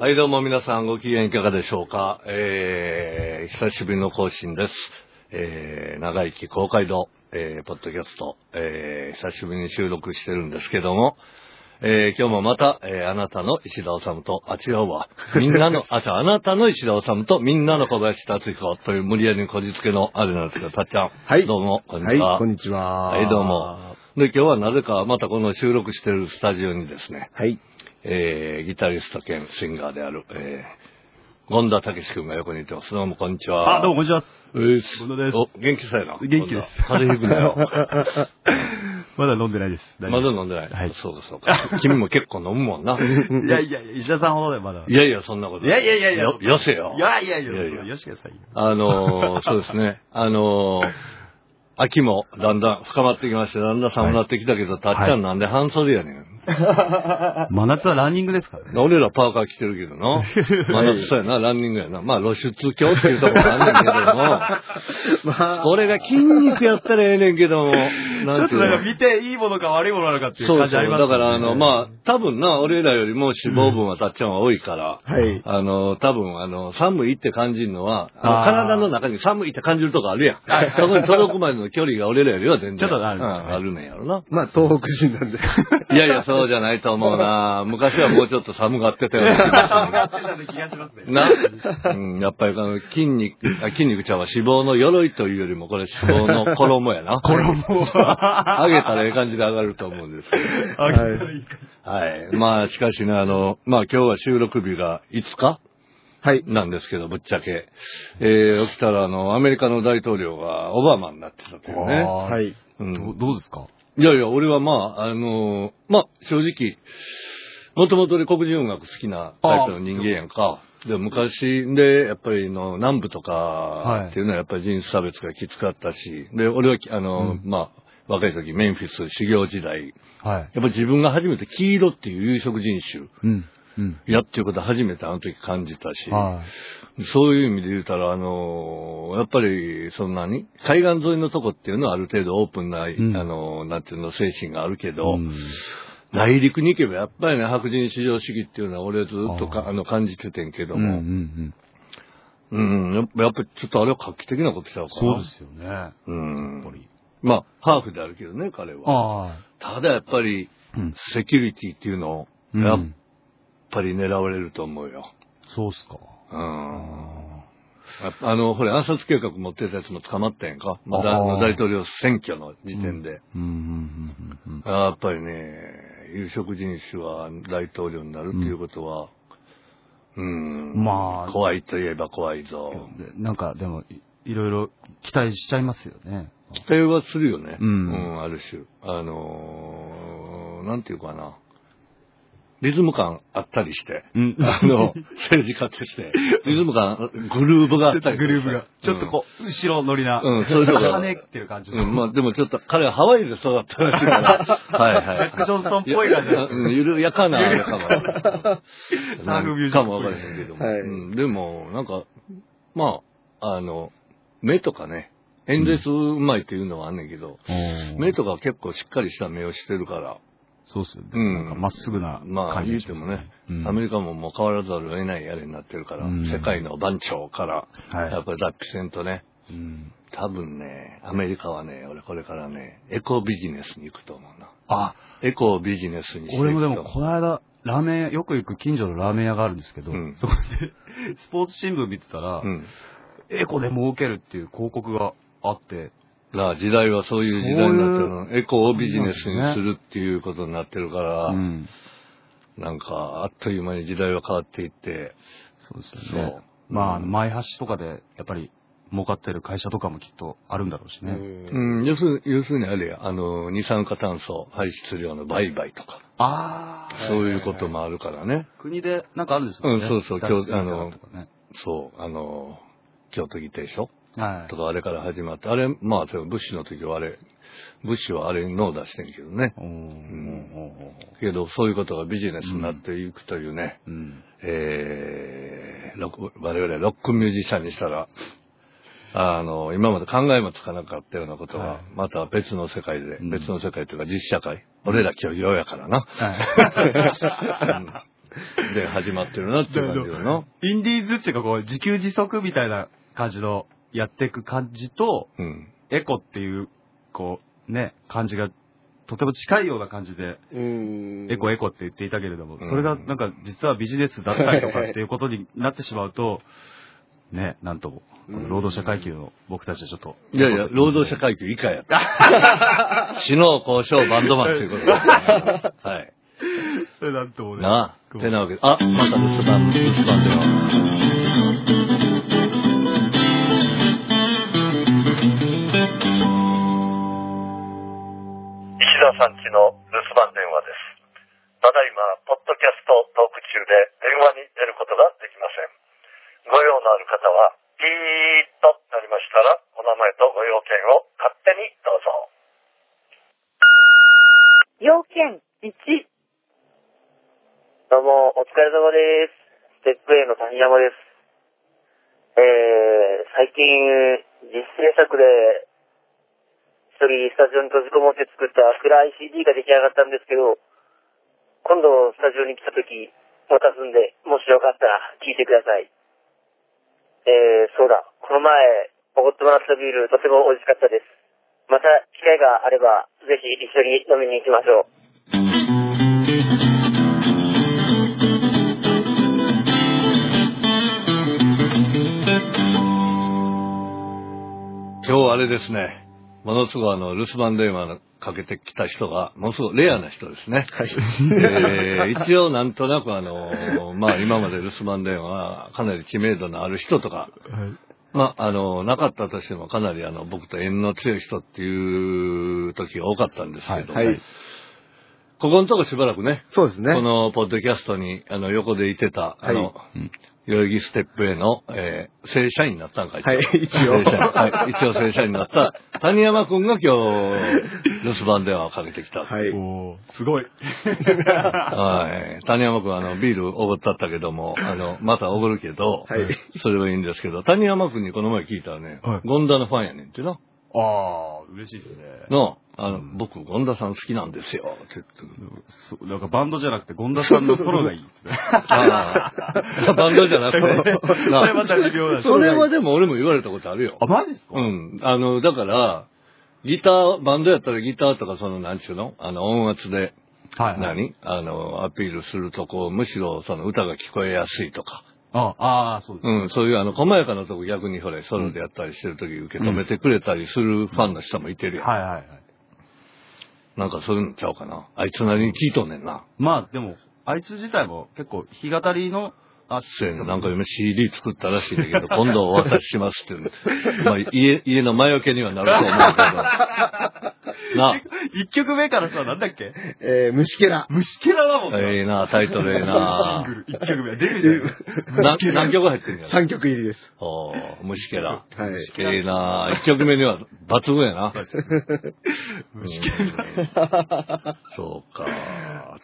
はい、どうも皆さんご機嫌いかがでしょうか。えー、久しぶりの更新です。えー、長生き公開堂、えー、ポッドキャスト、えー、久しぶりに収録してるんですけども、えー、今日もまた、えー、あなたの石田治と、あ、違う わ。みんなの、あ、違うあなたの石田治と、みんなの小林達彦という無理やりこじつけのあれなんですけど、たっちゃん。はいどうも、こんにはちいは。、こんにちは。はいどうも。で、今日はなぜかまたこの収録してるスタジオにですね、はい。えーギタリスト兼シンガーである、えー、権田武史君が横にいてます。どうも、こんにちは。あ、どうも、こんにちは。うっす。権田ですお、元気そうやな。元気ですあれ行くなよ。まだ飲んでないです。大丈まだ夫飲んでない。はいそうか、そうか。君も結構飲むも んな。いいやいやいや、石田さんほどでまだ。やいや、そんなこと。いやいやいやいやよ、よせよ。いやいやいや、いやいやよしてくださいよ。あのーそうですね。あのー秋もだんだん深まってきまして、だんだん寒くなってきたけど、たっちゃんなんで半袖やねん。真夏はランニングですからね。俺らパーカー着てるけど な。真夏そうやな、ランニングやな。まあ露出鏡っていうところも あんねんけども。まあこれが筋肉やったらええねんけども。ちなょんってというのなんか見ていいものか悪いものなのかっていうそう感そじあう。りまだすかねらあの、まあ、多分な、俺らよりも脂肪分はたっちゃんは多いから。はい。あの、多分、あの、寒いって感じるのは、あのあー体の中に寒いって感じるとこあるやん。そこに届くまでの距離が俺らよりは全然。ちょっとあるんうですねんあるねんやろな。まあ、東北人 なんで。いやいや、そうじゃないと思うな。昔はもうちょっと寒がってたような気がするやってた気がしますね。 な、うん、やっぱりあの筋肉、あ筋肉ちゃんは脂肪の鎧というよりも、これ脂肪の衣や な。衣 上げたらええ感じで上がると思うんですけど。あはいはい。まあ、しかしね、あの、まあ今日は収録日が5日はい。なんですけど、ぶっちゃけ。えー、起きたらあの、アメリカの大統領がオバマになってたというね。あーはい。うんどどうですかいやいや、俺はまあ、あのーまあ、正直、もともとで黒人音楽好きなタイプの人間やんか。で、昔で、やっぱりの、南部とかいっていうのはやっぱり人種差別がきつかったし、で、俺はき、あのーまあ、若い時、メンフィス修行時代、はい。やっぱ自分が初めて黄色っていう有色人種うん。うん。やっていうこと初めてあの時感じたし、はい。そういう意味で言うたら、あのーやっぱり、そんなに、海岸沿いのとこっていうのはある程度オープンな、んあのーなんていうの、精神があるけど、うん内陸に行けばやっぱりね、白人至上主義っていうのは俺はずっとかあの感じててんけどうんうんうも、うん。ん、やっぱやっぱりちょっとあれは画期的なことちゃうかそうな。で。すよね。やっうんぱ。り。まあ、ハーフであるけどね、彼は。あただやっぱり、あ。うん。セキュリティっていうのを、うんやっぱり狙われると思うよ。そうっすか。うん。やっぱあの、ほれ、暗殺計画持ってたやつも捕まったやんか。まだあのあー大統領選挙の時点で。うんうんうんうんうん。あーやっぱりね、有色人種は大統領になるっていうことは、うん、まあ怖いといえば怖いぞ。でなんかでも、いいろいろ期待しちゃいますよね。期待はするよね。うんある種。あのーなんていうかな。リズム感あったりして、うん あの、政治家として、リズム感、グルーブがあったりとかちょっとこう、後ろ乗りな。うんそういうとこ 重ねってる感じうの。ん、まあでもちょっと彼はハワイで育ったらしい から、はいはい。ジャックジョンソンっぽい感じやうん緩やかな、あれかも。 サーフミュージックっぽいかもわからへんけども。はいうん、でも、なんか、まあ、あの、目とかね、演説うまいっていうのはあんねんけど、うん目とか結構しっかりした目をしてるから、そうっすよね。うんなんかまっすぐなまあ感じ言がうしてますもね、うんアメリカももう変わらざるを得ないやれになってるから、うん世界の番長から、はいやっぱり脱皮せんとね、うん多分ね、アメリカはね、俺これからね、エコビジネスに行くと思うな。あ、エコをビジネスにしていくと俺もでもこの間、ラーメン屋、よく行く近所のラーメン屋があるんですけど、うんそこで、 スポーツ新聞見てたら、うん。エコで儲けるっていう広告があって、なあ時代はそういう時代になってるの。エコをビジネスにするっていうことになってるから、うんなんか、あっという間に時代は変わっていって、そうですそようね。。まあ、あの前橋とかで、やっぱり、儲かってる会社とかもきっとあるんだろうしうね。うんん、要するに、要するにあれや、あの、二酸化炭素排出量の売買とか、ああ、そういうこともあるからね。国でなんかあるんですよね。うんそうそう脱出今日あのとかねそう、あの、京都議定書はいと。かあれから始まって、あれ、まあ、その物資の時はあれ、物資はあれに脳出してんけどね。おーうんけど、そういうことがビジネスになっていくというね、うん。えーロック我々ロックミュージシャンにしたら、あの、今まで考えもつかなかったようなことはがい、また別の世界で、うん別の世界というか実社会、俺ら今日用やからな、はい。で始まってるなっていう感じよな。 インディーズっていうかこう、自給自足みたいな感じの、やっていく感じと、うん。エコっていう、こう、ね、感じが、とても近いような感じで、うん。エコエコって言っていたけれども、うんそれがなんか実はビジネスだったりとかっていうことになってしまうと、ね、なんとも、この労働者階級の僕たちはちょっと。いやいや、労働者階級以下やった。死のう交渉バンドマンということだからね。はい。級。なんともね。なあ、てなわけで。あ、また留守番、留守番では。石田さんちの留守番電話です。ただいま、ポッドキャストトーク中で電話に出ることができません。ご用のある方は、ピーッとなりましたら、お名前とご用件を勝手にどうぞ。要件1、どうも、お疲れ様です。ステップ A の谷山です。えー、最近、実制作で、一人スタジオに閉じこもって作った暗い CD が出来上がったんですけど、今度スタジオに来た時、渡すんで、もしよかったら聞いてください。えー、そうだ、この前、おごってもらったビール、とても美味しかったです。また、機会があれば、ぜひ一緒に飲みに行きましょう。今日あれですね、ものすごいあの、留守番電話かけてきた人が、ものすごいレアな人ですね。はい。えー一応なんとなくあの、まあ今まで留守番電話はかなり知名度のある人とか、まああの、なかったとしてもかなりあの、僕と縁の強い人っていう時が多かったんですけど、はい。ここのとこしばらくね、そうですね。このポッドキャストにあの横でいてた、あの、うん代々木ステップ A の、えー正社員になったんかい はい、一応正。社員はい、一応正社員になった谷山くんが今日、留守番電話をかけてきた。はい。おーすごい。はい。谷山くん、あの、ビールおごったったけど も、あの、またおごるけど、はいそれはいいんですけど、谷山くんにこの前聞いたらね、はいゴンダのファンやねんってな。ああ、嬉しいですね。の、あの、僕、ゴンダさん好きなんですよ、って言って。 そうなんかバンドじゃなくて、権田さんのソロがいいですね。ああ、バンドじゃなくて。な それまた微妙だしそれはでも俺も言われたことあるよ。あ、マジですかうん。あの、だから、ギター、バンドやったらギターとかその、なんちゅうのあの、音圧で、はい。はい何あの、アピールするとこう、むしろその歌が聞こえやすいとか、ああー、そうです。うん、そういうあの、細やかなとこ逆にほら、ソロでやったりしてる時受け止めてくれたりするファンの人もいてるやん。はいはいはい。なんかそういうのちゃうかな。あいつなりに聞いとんねんな。まあでも、あいつ自体も結構日語りの、あ、そうやねんなんか今 CD 作ったらしいんだけど、今度お渡ししますっていう の。まあ、家、家の魔除けにはなると思うけど。なあ。一曲目からさ、なんだっけえー、虫けら。虫けらだもんね。ええな、タイトルええシンなグ。ル、一曲目。デビューじゃないな何曲入ってんのや3曲入りです。おー、虫けら。はい。ええな。一曲目には抜群やな。 虫うんそうか。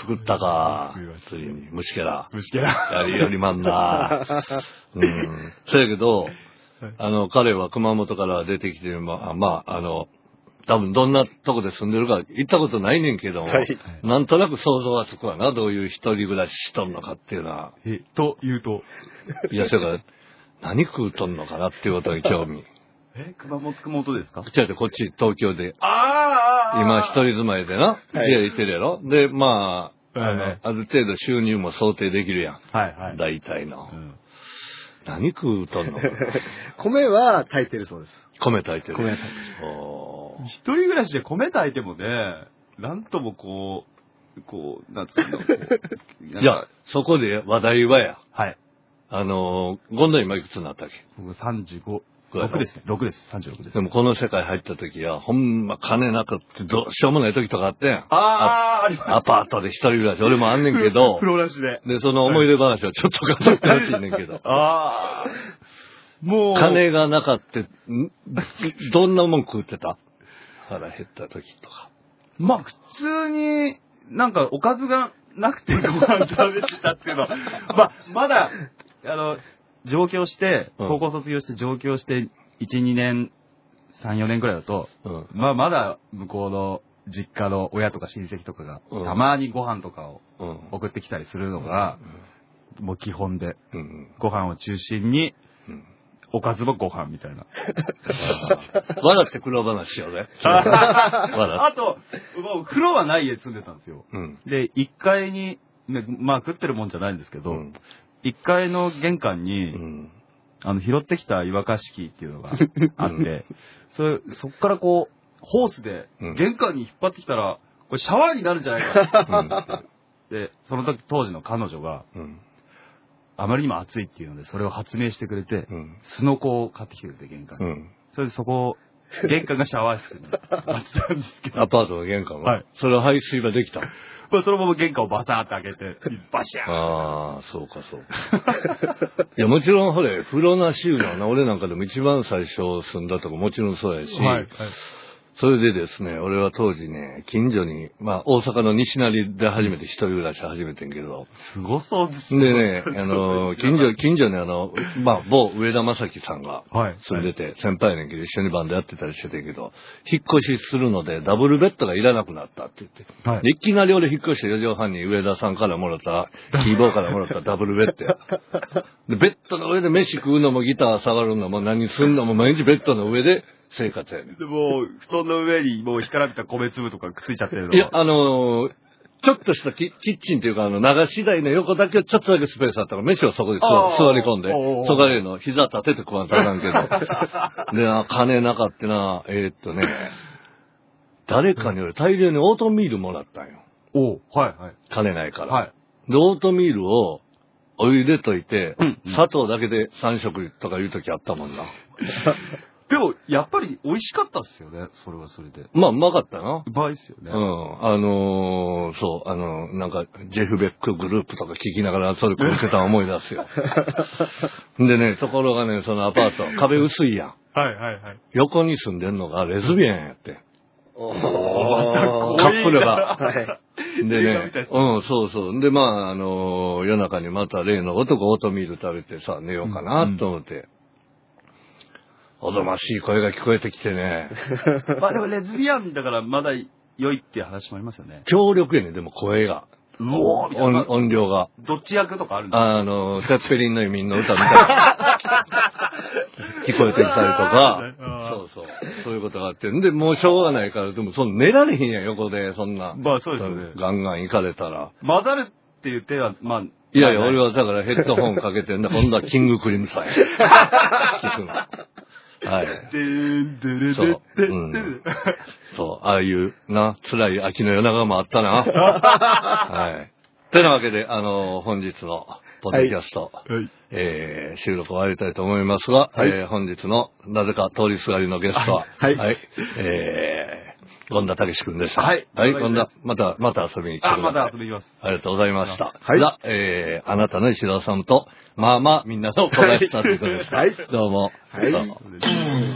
作ったか。ついに、虫けら。虫けら。やりよりまん な。うん。そやけど、あの、彼は熊本から出てきて、まあ、まあ、あの、多分どんなとこで住んでるか行ったことないねんけども、はい。なんとなく想像はつくわな、どういう一人暮らししとんのかっていうのは。 え、と、言うと、いや、それから、何食うとんのかなっていうことに興味。え、熊本、熊本ですかちょいとこっち東京で、あ今一人住まいでな、はい家行ってるやろ。で、まあ、あのはいある程度収入も想定できるやん。はいはい。大体のう。ん何食うとん のかな米は炊いてるそうです。米炊いてる。米は炊いておー一人暮らしで米炊いてもね、なんともこう、こう、なんつうのこう。なんか いや、、そこで話題はや。はい。あのー、今度今いくつになったっけ僕35、ぐらいの6ですね。6です。36ですで。もこの世界入った時は、ほんま金なくってどうしようもない時とかあったやん。あー、ありまアパートで一人暮らし、俺もあんねんけ どプ、ロらしで。で、その思い出話をちょっと語ってほしいねんけど。ああ。もう。金がなかって、んどんなもん食うてた腹減った時とか。まあ、普通に、なんか、おかずがなくてご飯食べてたってい うのは、まあ、まだ、あの、上京して、うん高校卒業して上京して、1、2年、3、4年くらいだと、うん。まあ、まだ、向こうの、実家の親とか親戚とかが、うんたまにご飯とかをうん。送ってきたりするのが、もう基本で、うん。うん。ご飯を中心に、うん。おかずもご飯みたいな。 笑って黒話よ ね。笑っあと、もう黒はない家住んでたんですよ。て。うん。で、1階に、ね、まあ食ってるもんじゃないんですけど、うん。 1階の玄関うに、ん。あの、拾ってきた岩菓子器っていうのが あって、 それ、そっからこう、ホースでうん、玄関に引っ張ってきたら、これシャワーになるんじゃないか って、その時当時の彼女が、うん。あまりにも暑いっていうので、それを発明してくれて、うん。スノコを買ってきてくれて、玄関に。うん。それでそこを、玄関がシャワ ー室になってたんですけど、アパートの玄関は、はいそれは排水ができた。まあそのまま玄関をバサーって開けて、 バシャーンああ、そうかそうか。いや、もちろん、ほれ、風呂なしいうのはな、俺なんかでも一番最初住んだとこもちろんそうやし、はい。それでですね、俺は当時ね、近所に、まあ、大阪の西成で初めて一人暮らし始めてんけど、すごそうですでね、あの、近所、近所にあの、まあ、某上田正樹さんがはい。住んでて、先輩やねんけど、一緒にバンドやってたりしててんけど、引っ越しするので、ダブルベッドがいらなくなったって言って、はいでいきなり俺引っ越して4畳半に上田さんからもらった、キーボーからもらったダブルベッドや。で、ベッドの上で飯食うのもギター触るのも何すんのも毎日ベッドの上で生活やねん。でもう、布団の上にもう干からびた米粒とかくっついちゃってるの。いや、あのーちょっとしたキキッチンというか、あの、流し台の横だけちょっとだけスペースあったから、飯をそこに座あー座り込んでおうおうお、うそがれの膝立てて食わんとあかんけ ど。でな、金なかってな、えーっとね、誰かに俺大量にオートミールもらったんよ。おうはいはい。金ないから。はい。で、オートミールをお湯で溶いて、うんうん砂糖だけで3食とかいう時あったもんな。でも、やっぱり美味しかったっすよね。それはそれで。まあ、うまかったな。うまいっすようね。ん。あのーそう、あのーなんか、ジェフ・ベックグループとか聞きながら、それ食ってたの思い出す よ。でね、ところがね、そのアパート、壁薄いやん。はいはいはい。横に住んでんのがレズビアンやって。おおーカップルが。は い。で映画みねたいで、すうん、そうそう。で、まあ、あのー夜中にまた例のごとくオートミール食べてさ、寝ようかなと思って、おぞましい声が聞こえてきてね、 まあでもレズビアンだからまだ良いっていう話もありますよね。強力やね、でも声が。うおーみたい音な。音量が。どっち役とかあるんですかあの、キャッペリンの移民の歌みたいな。 聞こえてきたりとか、そうそう、そういうことがあって。んで、もうしょうがないから、でも、その寝られへんやん、横で、そんな。まあそうですよね。ガンガン行かれたら。混ざるっていう手は、まあ。いやいや、俺は。はだからヘッドホンかけて んだ、今度はキングクリムさんや。聞くの。はい。でーん、でれでそうでうんでれそう、ああいう、な、辛い秋の夜長もあっ たな。はい。てなわけで、あの、本日の、ポッドキャスト。はい。えー収録を終わりたいと思いますが、はいえー本日のなぜか通りすがりのゲストは、はいえー、権田武志くんでした。はいはい、お権願いしま田す、また、また遊びに来てあ、くだまさたい。遊びに行きます。ありがとうございました。はいじゃあえー、あなたの石田さんと、まあまあ、みんなの小林さんということでした。はいどうも。はいどうもそれで